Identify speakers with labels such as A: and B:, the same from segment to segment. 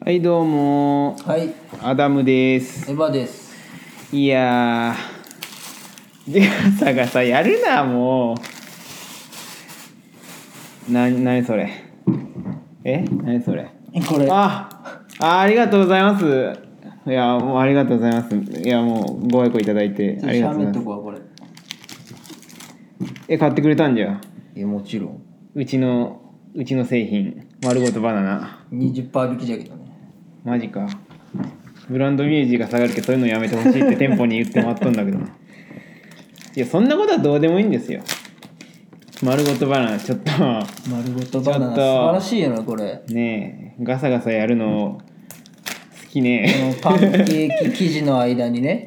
A: はいどうも
B: はい、エ
A: アダムです
B: ヴァです。
A: いやージガサがさやるなもうな何それえ何それ
B: これ
A: ああありがとうございますいやもうありがとうございますいやもうご愛顧いただいてあり
B: し
A: が
B: ゃ
A: とうござ
B: べ
A: い
B: っ
A: ます
B: とこわ、これ。
A: え買ってくれたんじゃ
B: いや、もちろん。
A: うちのうちの製品丸ごとバナナ
B: 20%引きじゃけどね。
A: マジかブランドミュージーが下がるけどそういうのやめてほしいって店舗に言ってもらったんだけど ないやそんなことはどうでもいいんですよ丸ごとバナナちょっと
B: 丸ごとバナ
A: ちょ
B: ナ、素
A: っと
B: 晴らしいよな、これ。
A: ねえガサガサやるの好き
B: この
A: ね
B: パンケーキ生地の間にね、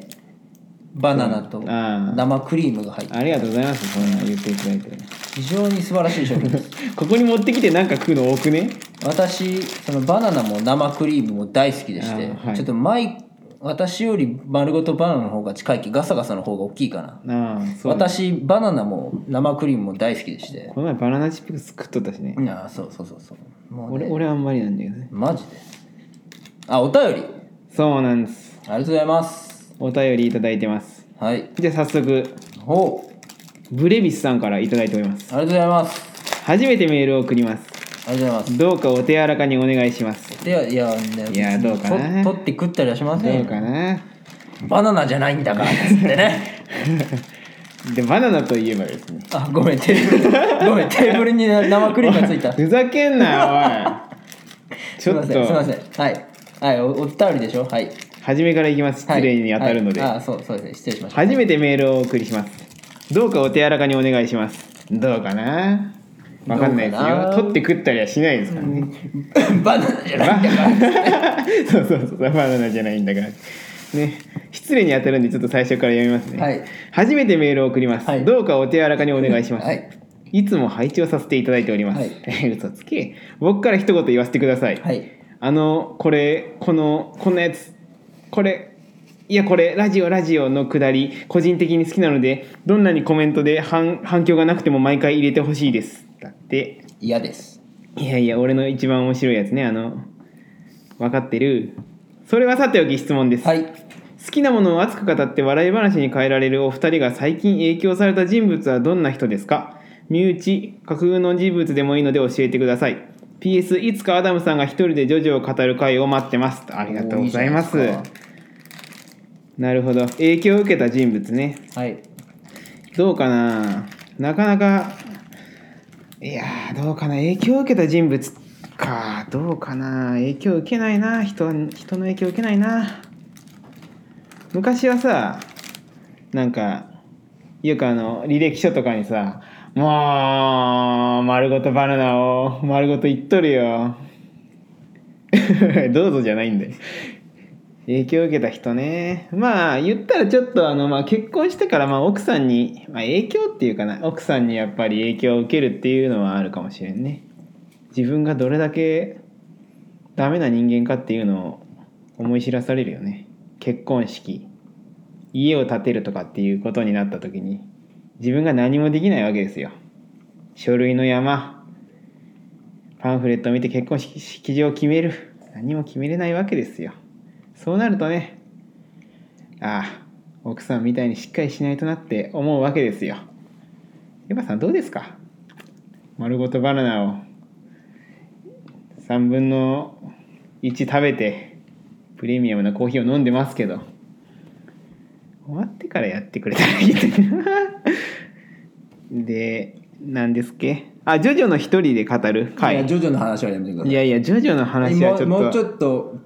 B: バナナと
A: ああ
B: 生クリームが入って、
A: ありがとうございますそんな言っていただいて
B: 非常に素晴らしい商品です。
A: ここに持ってきてなんか食うの多くね
B: 私、そのバナナも生クリームも大好きでして、
A: あーはい
B: ちょっと毎、私より丸ごとバナナの方が近いき、ガサガサの方が大きいかな。
A: ああそうだ
B: 私、バナナも生クリームも大好きでして。
A: この前バナナチップス食っとったしね
B: いや、そうそうそうそう。もう
A: 俺
B: ね
A: 俺あんまりなんだけどね
B: マジであお便り
A: そうなんです
B: ありがとうございます
A: お便りいただいてます
B: はい
A: じゃあ早速
B: お
A: ブレビスさんからいただいております
B: ありがとうございます
A: 初めてメールを送ります
B: ありがとうございます
A: どうかお手柔らかにお願いします
B: ではいやね
A: いやどうかな
B: と取って食ったりはしませ
A: ど
B: ん
A: う
B: よ
A: かな
B: バナナじゃないんだからっつってね
A: でバナナといえばですね
B: あごめんテー ブルごめんテーブルに生クリームがついたす
A: ふざけんなおい ち
B: い
A: ょ
B: ま
A: っ
B: せん すいま
A: と
B: せんはいはいおお便りでしょはい
A: 初めからいきます
B: はい
A: 失礼に当たるので、
B: はいあそうそうですね失礼しました
A: 初めてメールをお送りしますどうかお手柔らかにお願いしますどうかなわかんないです
B: どうか
A: よ
B: な
A: 取って食ったりはしないですからね
B: バナナじゃないんだから
A: そうそうそうバナナじゃないんだからね失礼に当たるんでちょっと最初から読みますね、
B: はい
A: 初めてメールを送ります、
B: はい
A: どうかお手柔らかにお願いします、
B: はい
A: いつも拝聴させていただいております。
B: はい
A: 嘘つけ。僕から一言言わせてください。
B: はい
A: あの、これ、この、こんなやつ、これ、いや、これ、ラジオ、ラジオのくだり、個人的に好きなので、どんなにコメントで反反響がなくても毎回入れてほしいです。だって、
B: 嫌です
A: いやいや、俺の一番面白いやつね、あの、分かってる。それはさておき質問です。
B: はい
A: 好きなものを熱く語って笑い話に変えられるお二人が最近影響された人物はどんな人ですか身内架空の人物でもいいので教えてください PS いつかアダムさんが一人でジョジョを語る回を待ってますありがとうございます
B: おーいいじゃ
A: な
B: ないです
A: るほど影響を受けた人物ね
B: かはい
A: どうかななかなかいやーどうかな影響を受けた人物かどうかな影響受けないな人人の影響受けないな昔はさなんかよくあの履歴書とかにさ「もう丸ごとバナナを丸ごと言っとるよ」 どうぞじゃないんだよ影響を受けた人ねまあ言ったらちょっとあの、まあ、結婚してからまあ奥さんに、まあ、影響っていうかな奥さんにやっぱり影響を受けるっていうのはあるかもしれんね自分がどれだけダメな人間かっていうのを思い知らされるよね結婚式家を建てるとかっていうことになった時に自分が何もできないわけですよ書類の山パンフレットを見て結婚式式場を決める何も決めれないわけですよそうなるとねああ奥さんみたいにしっかりしないとなって思うわけですよエヴァさんどうですか丸ごとバナナを3分の1食べてプレミアムなコーヒーを飲んでますけど終わってからやってくれたらいいなで何ですっけあジョジョの一人で語る
B: い
A: 回
B: やジョジョの話はやめてください
A: いやいやジョジョの話はちょっと
B: もうもうちょっと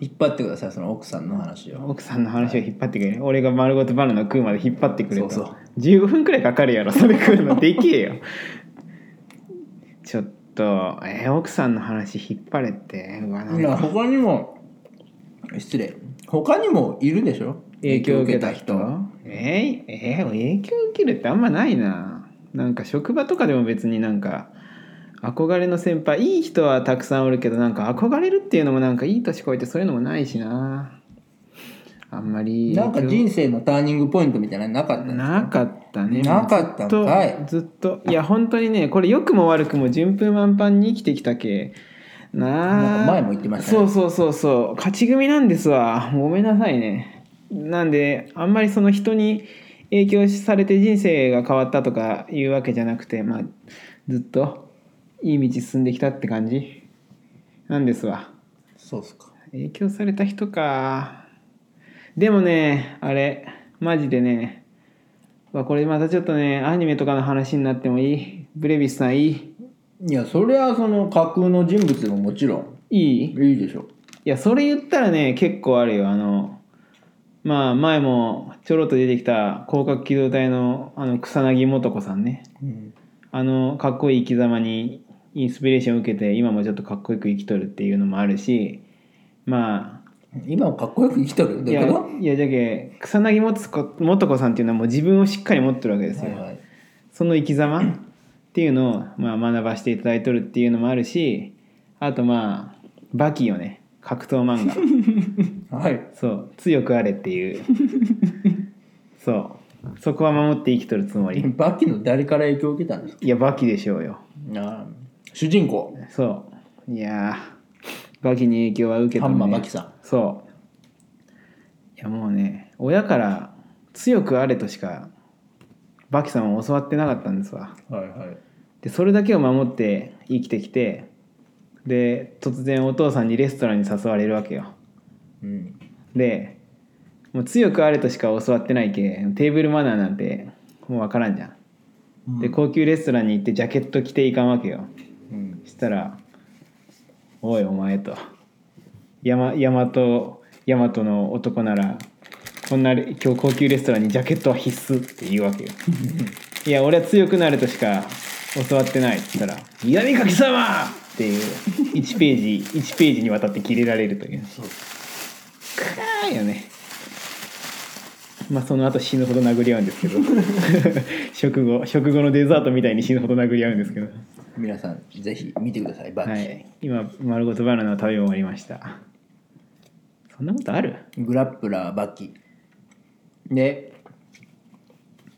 B: 引っ張ってくださいその奥さんの話を
A: 奥さんの話を引っ張ってくれ、俺が丸ごとバナナ食うまで引っ張ってくれと
B: そうそう
A: 15分くらいかかるやろそれ食うのできえ よちょっとえー奥さんの話引っ張れってうわなん
B: いや
A: か
B: 他にも失礼他にもいるでしょ
A: 影響を受けた人えー、えー影響を受けるってあんまないななんか職場とかでも別になんか憧れの先輩いい人はたくさんおるけどなんか憧れるっていうのもなんかいい年こいてそういうのもないしなあんまり
B: なんか
A: 影響
B: 人生のターニングポイントみたいなのなかったんです
A: なかったね
B: なかった
A: ずっ
B: ん
A: と
B: かい
A: ずっといや本当にねこれ良くも悪くも順風満帆に生きてきたけな
B: な
A: あ
B: んか前も言ってましたね
A: そうそうそうそう勝ち組なんですわごめんなさいねなんであんまりその人に影響されて人生が変わったとかいうわけじゃなくてまあずっといい道進んできたって感じなんですわ
B: そうっすか
A: 影響された人かでもねあれマジでねまあこれまたちょっとねアニメとかの話になってもいいブレビスさんいい
B: いやそりゃその架空の人物でももちろん
A: いい
B: いいでしょ
A: いやそれ言ったらね結構あるよあのまあ前もちょろっと出てきた広角機動隊のあの草薙素子さんね
B: うん
A: あのかっこいい生き様にインスピレーションを受けて今もちょっとかっこよく生きとるっていうのもあるしまあ
B: 今はかっこよく生きとるよ
A: い
B: どうい
A: や
B: うこ
A: いやじゃけ草薙素子素子さんっていうのはもう自分をしっかり持ってるわけで
B: と
A: す
B: は
A: よ、
B: いはい
A: その生き様っていうのを、まあ、学ばせていただいとるっていうのもあるしあとまあバキよね格闘漫 画
B: はい
A: そう強くあれっていうそうそこは守って生きとるつもり
B: バキの誰から影響を受けたんですか
A: いやバキでしょうよ
B: あー主人公
A: そういやーバキに影響は受け
B: ハ
A: た
B: ンマーバ
A: ね
B: キさん
A: そういやもうね親から強くあれとしかバキさんは教わってなかったんですわ
B: はいはい
A: でそれだけを守って生きてきてで突然お父さんにレストランに誘われるわけよ
B: うん
A: でもう強くあれとしか教わってないけテーブルマナーなんてもう分からんじゃん、で高級レストランに行ってジャケット着ていかんわけよ
B: うん
A: したら「おいお前」と「やま大和大和の男ならこんな今日高級レストランにジャケットは必須」って言うわけよ「いや俺は強くなるとしか教わってない」って言ったら「南垣様!」っていう1ページ1ページにわたって切れられるという。
B: そう
A: かーよねまあその後死ぬほど殴り合うんですけ ど食後食後のデザートみたいに死ぬほど殴り合うんですけど
B: 皆さんぜひ見てくださいバキ、
A: はい今丸ごとバナナを食べ終わりましたそんなことある
B: グラップラーバキで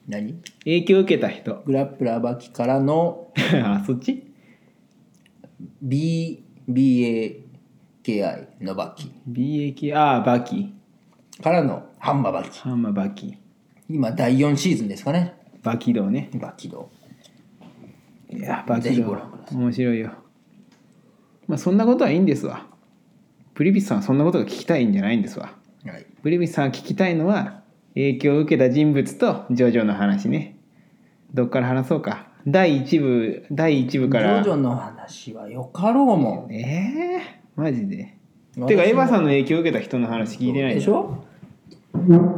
B: 何
A: 影響を受けた人
B: グラップラーバキからの
A: あそっち
B: BBAKI のバキ
A: ?BAK ああバキ
B: からのハンマーバキ
A: ハンマーバキ
B: 今第4シーズンですかね
A: バキ道ね
B: バキド
A: いやバ
B: ぜ
A: キ
B: ひ
A: 道
B: ご覧くだ
A: 面白いよまあそんなことはいいんですわプリビスさんはそんなことが聞きたいんじゃないんですわ
B: はい
A: ブリビスさんが聞きたいのは影響を受けた人物とジョジョの話ねどっから話そうか第一部第一部
B: ジ
A: から
B: ョジョの話はよかろうも
A: ええー、マジで
B: ん
A: てかエヴァさ
B: ん
A: んの影響を受けた人の話聞いてない
B: でしょ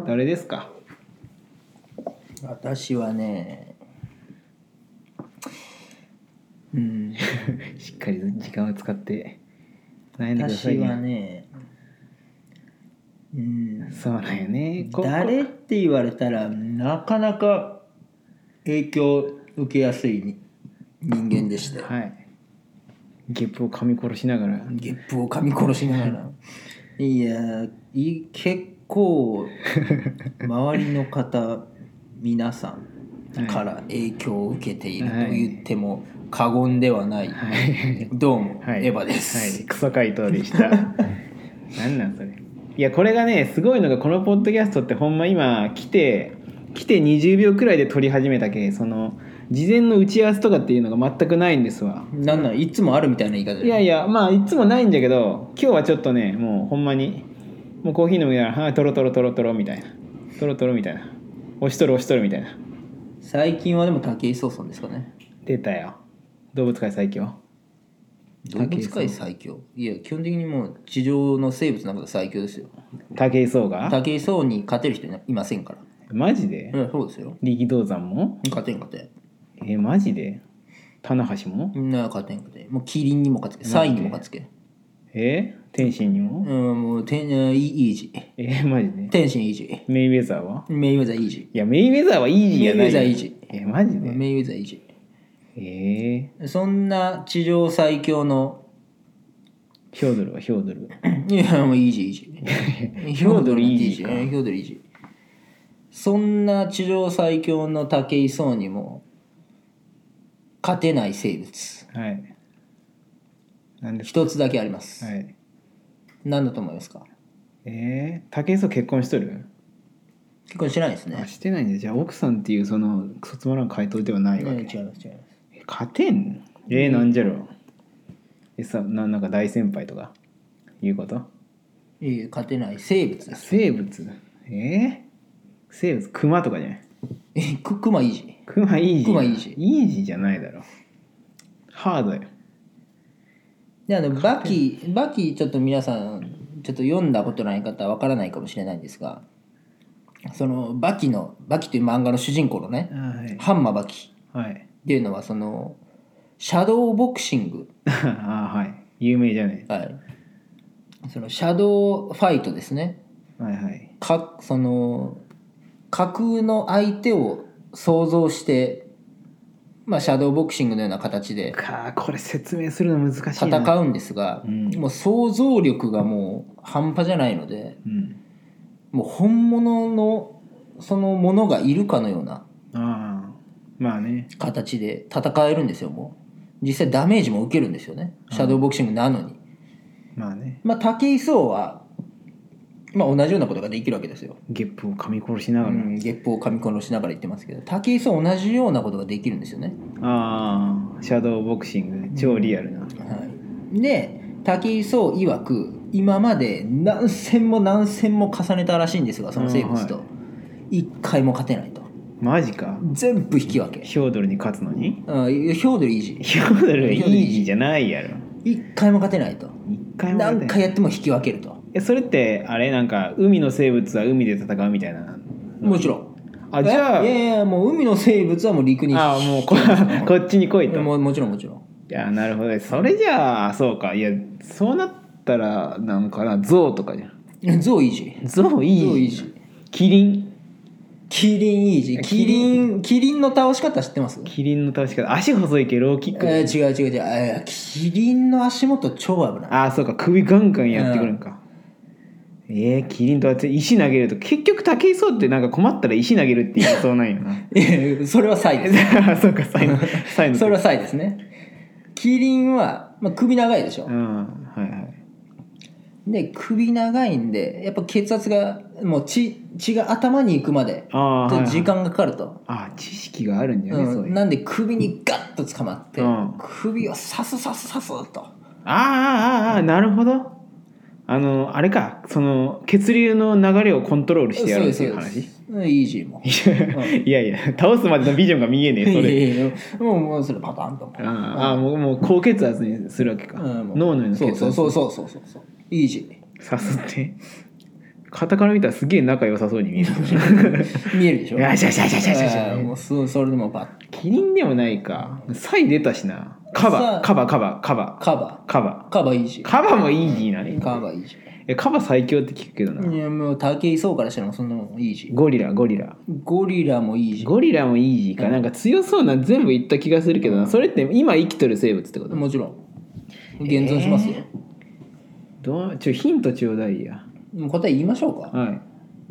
A: 誰ですか
B: 私はねうん
A: しっかり時間を使って悩んでくださ
B: 私
A: い
B: は
A: ね
B: ねうん
A: そうなんよねこ
B: 誰って言われたらなかなか影響を受けやすいに人間でしたよ
A: はいゲップを噛み殺しながら
B: ゲップを噛み殺しながら いやい結構周りの方皆さんから影響を受けていると
A: はい
B: 言っても過言ではない、
A: はい
B: どうも、
A: はい、
B: エヴァです、
A: はい、クソ回答でした なんなんそれいやこれがねすごいのがこのポッドキャストってほんま今来て来て20秒くらいで撮り始めたけその事前の打ち合わせとかっていうのが全くないんですわ
B: なんなんいつもあるみたいな言い方
A: いやいやまあいつもないんだけど今日はちょっとねもうほんまにもうコーヒー飲みながら「はいトロトロトロトロ」みたいな「トロトロ」みたいな「押しとる押しとる」みたいな
B: 最近はでも武井壮さんですかね
A: 出たよ動物界最強
B: 動物界最強いや基本的にもう地上の生物の中で最強ですよ
A: 武井壮が
B: 武井壮に勝てる人いないませんから
A: マジで
B: うんそうですよ
A: 力道山も
B: 勝てん勝てん
A: えマジで棚橋も
B: みんな勝てん勝てんもうキリンにも勝つけサインにも勝つけ
A: え天心に
B: う
A: も
B: んもう天うんイイージー
A: えマジで
B: 天心イージ
A: メイウェザーは
B: ーメイウェザーイージ
A: いやメイウェザーはイージーやない
B: メイウェザーイージ
A: えマジ
B: ー
A: で
B: メイウェザーイージ
A: え
B: ーそんな地上最強の
A: ー、ヒョードルはヒョードル
B: いやもうイージーイージー
A: ヒョードルイージーか
B: ヒョードルイージーそんな地上最強の武井壮にも勝てない生物
A: はい何ですか
B: 一つだけあります、
A: はい
B: 何だと思いますか
A: えー、武井壮結婚しとる、
B: 結婚してないです
A: あ
B: ね
A: してないんでじゃあ奥さんっていうそのクソつまらん回答ではない
B: え
A: わけ、
B: え違います違います
A: 勝てんえー、なんじゃろうえさななんか大先輩とかいうこと
B: いえ勝てない生物です
A: 生物えー、生物熊とかじゃない
B: えく熊いいじ
A: 熊イージー
B: 熊イージー
A: イージーじゃないだろハードよ
B: であのバキバキちょっと皆さんちょっと読んだことない方はわからないかもしれないんですがそのバキのバキという漫画の主人公のね
A: はい
B: ハンマーバキ
A: はい
B: っていうのはそのシャドーボクシング、
A: あーはい有名じゃね
B: はい、そのシャドーファイトですね
A: はいはい
B: かその架空の相手を想像して、まあ、シャドーボクシングのような形で
A: かーこれ説明するの難しいな
B: 戦うんですが、
A: うん
B: もう想像力がもう半端じゃないので
A: うん
B: もう本物のそのものがいるかのような
A: ああまあね
B: 形で戦えるんですよもう実際ダメージも受けるんですよねシャドーボクシングなのに。
A: まあね
B: まあ、武井壮は、まあ、同じようなことができるわけですよ。
A: ゲップを噛み殺しな
B: う
A: がら、
B: ん、ゲップを噛み殺しながら言ってますけど武井壮は同じようなことができるんですよね。
A: ああシャドーボクシングね超リアルな、
B: はい、で武井壮曰く今まで何戦も何戦も重ねたらしいんですがその生物
A: う
B: と
A: んは
B: 一回も勝てないと
A: マジか
B: 全部引き分け
A: ヒョードルに勝つのに
B: あヒョードリージ
A: ヒョードルはイージーじゃないやろ
B: 一回も勝てないと
A: 一回も勝て
B: 何
A: ない
B: 回やっても引き分けると
A: えそれってあれなんか海の生物は海で戦うみたいな
B: もちろん
A: あじゃあ
B: えいやいやもう海の生物はもう陸に
A: あもうここっちに来いと
B: もうもちろんもちろん
A: いやなるほどそれじゃあそうかいやそうなったらなんかな象とかじゃん
B: ゾウイージー
A: 象いい
B: ゾウイージー
A: キリン
B: キリンイージー
A: キ
B: キ
A: リ
B: リンキリンの倒し方知ってます
A: キリンの倒し方足細いけどローキック、
B: えー違う違う違うえーキリンの足元超危ない
A: ああそうか首ガンガンやってくるんか、えー、キリンとあって石投げると結局武井壮ってなんか困ったら石投げるって言いそうなんよな
B: いやいや それはサイで
A: あ そうかサ イのサイの
B: すそれはサイですねキリンは、まあ、首長いでしょ
A: うんはいはい
B: で首長いんでやっぱ血圧がもう血血が頭に行くまで
A: ああ、はいはい
B: 時間がかかると、、
A: あー知識があるんじゃね、そううんいうあ
B: なんで首にガッと捕まって、
A: うん
B: 首をさすさすさすと
A: ああーあーあーなるほどあのあれかその血流の流れをコントロールしてやるっていう
B: そう
A: 話
B: ですうんイージーも
A: いやいや倒すまでのビジョンが見えねえそれ
B: いやいやいやもうもうそれパターンともう
A: ああもうもう高血圧にするわけか、
B: うんもう
A: 脳内の血圧
B: そうそうそうそうそうそうイージ
A: さすって肩から見たらすげえ仲良さそうに見えるけ
B: ー見えるでしょ
A: どよしよしよしよしよしよし
B: あーもうそうそれでもバッ
A: キリンでもないかサイ出たしなカ
B: さ
A: バ
B: あ
A: カバカバカバ
B: カバ
A: カバ
B: ーカバーイージー
A: カバもイージーなね
B: カバーイージ
A: えカバ最強って聞くけどな、
B: ーいやもう武井壮からしたらそのイージー
A: ゴリラゴリラ
B: ゴリラもイージ
A: ゴリラもイージーか、
B: うん
A: なんか強そうな全部言った気がするけどなそれって今生きとる生物ってこ
B: ー
A: と
B: もちろん現存しますよ、
A: どうちょヒントちょうだいや
B: もう答え言いましょうか
A: はい、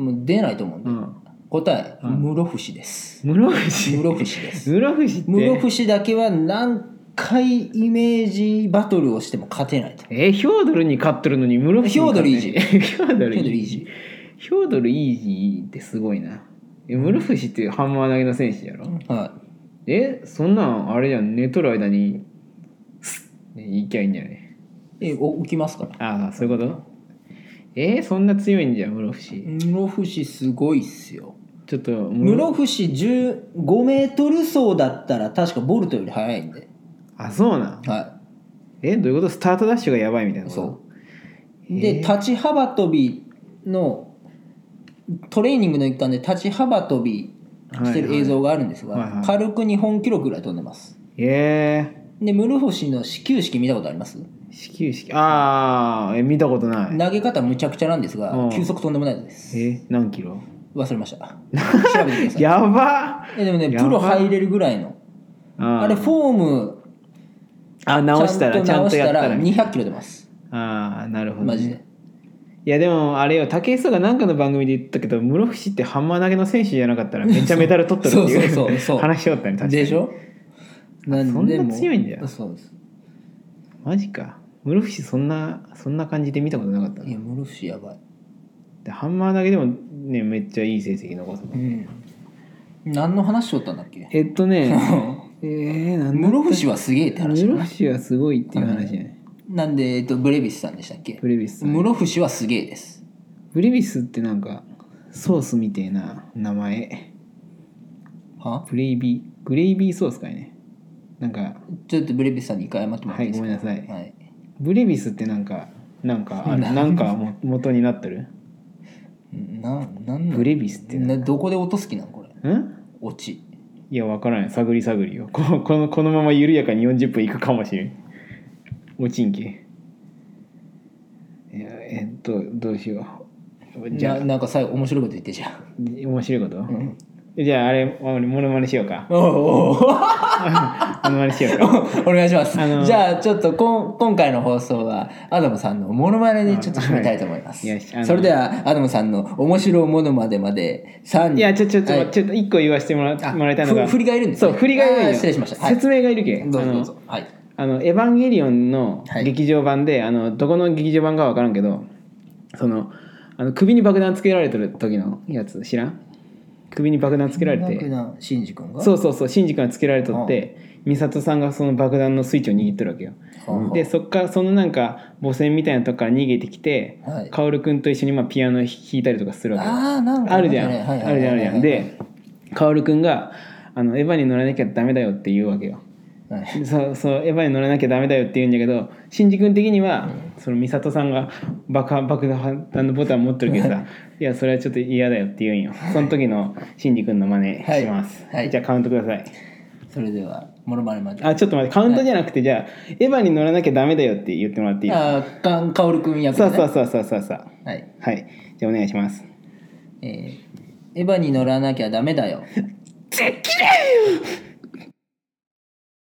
B: もう出ないと思うん
A: う
B: で、
A: ん、
B: 答え
A: うん
B: 室伏です
A: 室伏
B: 室伏です
A: 室伏って
B: 室伏だけは何回イメージバトルをしても勝てないと
A: えヒョードルに勝ってるのに室伏に勝ってないヒョードルイージー
B: ヒョードルイージー
A: ヒョードルイージーってすごいなえ室伏っていうハンマー投げの選手やろ
B: は
A: えそんなんあれじゃん寝とる間にスッね行きゃいいんじゃない
B: いえお起きますから
A: ああそういうことえーそんな強いんじゃん室伏
B: 室伏すごいっすよ
A: ちょっと
B: 室伏15メートル走だったら確かボルトより速いんで
A: あそうなん
B: は
A: えどういうことスタートダッシュがやばいみたいないこと
B: そ
A: へ
B: う
A: え
B: で立ち幅跳びのトレーニングの一環で立ち幅跳びしてる映像があるんですが、
A: はいはいはいはい
B: 軽く日本記録ぐらい飛んでます
A: え
B: で室伏の始球式見たことあります
A: ー、始球式ああ見たことない
B: 投げ方むちゃくちゃなんですが、
A: うん
B: 球速とんでもないです
A: え何キロ
B: 忘れ ました調べてください
A: やば
B: えでもね
A: やば
B: プロ入れるぐらいの
A: あ
B: あれフォーム
A: あ直したらちゃんとやったら
B: 2 0 0キロ出ます
A: ああなるほど、ね、
B: マジで
A: いやでもあれよ武井壮が何かの番組で言ったけど室伏ってハンマー投げの選手じゃなかったらめっちゃメダル取ったってい
B: そうそうそうそう
A: 話しよったね確かに
B: でしょなん
A: そんな強いんだよ
B: そうです
A: マジか室伏そんなそんな感じで見たことなかった
B: いや
A: な
B: 室伏やばい
A: でハンマー投げでもねめっちゃいい成績残すもん
B: うん何の話しとったんだっけ
A: えっとねえー、なんだ
B: 室伏はすげえって話かな
A: 室伏はすごいっていう話じゃない
B: なんで、えっと、ブレビスさんでしたっけ
A: ブレビスさん
B: 室伏はすげえです
A: ブレビスってなんかソースみてえな名前
B: は
A: グレイビーグレイビーソースかいねなんか
B: ちょっとブレビスさんに一回謝ってもら
A: は
B: ってい
A: い
B: いで
A: ご
B: すか
A: めんなさい
B: はい、
A: ブレビスってなんかなんかある
B: なん
A: なんかも元になってる
B: ななんな
A: ブレビスってな
B: などこで音好きなんこれ
A: ん
B: オチ
A: いや分からない探り探りよこ このこのまま緩やかに40分いくかもしれん落ちんけいやえっとどうしようじゃあ
B: ななんか最後面白いこと言ってじゃん
A: 面白いこと、
B: ん
A: じゃああれ俺モノマネしようか
B: おお
A: モノマネしようか
B: お願いします、
A: あのー
B: じゃあちょっとこん今回の放送はアダムさんのモノマネでちょっと締めたいと思います、
A: あはいよしあのー
B: それではアダムさんの面白いモノマネまで3
A: いやちょちょちょ、
B: はい
A: ちょっと一個言わせてもら
B: あ
A: もらいたいのが
B: ふ振りがいるんですね
A: そう振りがいるん
B: あ
A: よ
B: ー失礼しましたはい
A: 説明がいるけ
B: どうぞ
A: あの
B: どうぞはい
A: あの「エヴァンゲリオン」の
B: はい
A: 劇場版で、あのどこの劇場版か分からんけどそのあの首に爆弾つけられてる時のやつ知らん首に爆弾つけられ
B: 爆
A: て
B: 弾シンジ君が
A: そうそうそうシンジ君がつけられとって美里さんがその爆弾のスイッチを握ってるわけよ
B: はあ
A: でそっからそのなんか母船みたいなとこから逃げてきて
B: はい
A: 薫君と一緒にまあピアノ弾いたりとかするわけよ
B: ああなんか
A: あるじゃん、
B: はいはいはい
A: あるじゃんあるじゃんで薫君があの「エヴァに乗らなきゃダメだよ」って言うわけよ
B: はい
A: でそうそうエヴァに乗らなきゃダメだよって言うんだけど新次君的には、その美里さんが爆破爆弾のボタン持ってるけどさいやそれはちょっと嫌だよって言うんよその時の新次君の真似
B: はい
A: します、
B: はい
A: じゃあカウントください
B: それではモノマネまであ
A: あちょっと待ってカウントじゃなくて、じゃあエヴァに乗らなきゃダメだよって言ってもらっていい
B: ーかんかおる君役
A: そ
B: ね
A: うそうそうそうそうそう
B: はい
A: はいじゃあお願いします
B: えーエヴァに乗らなきゃダメだよ。
A: できれ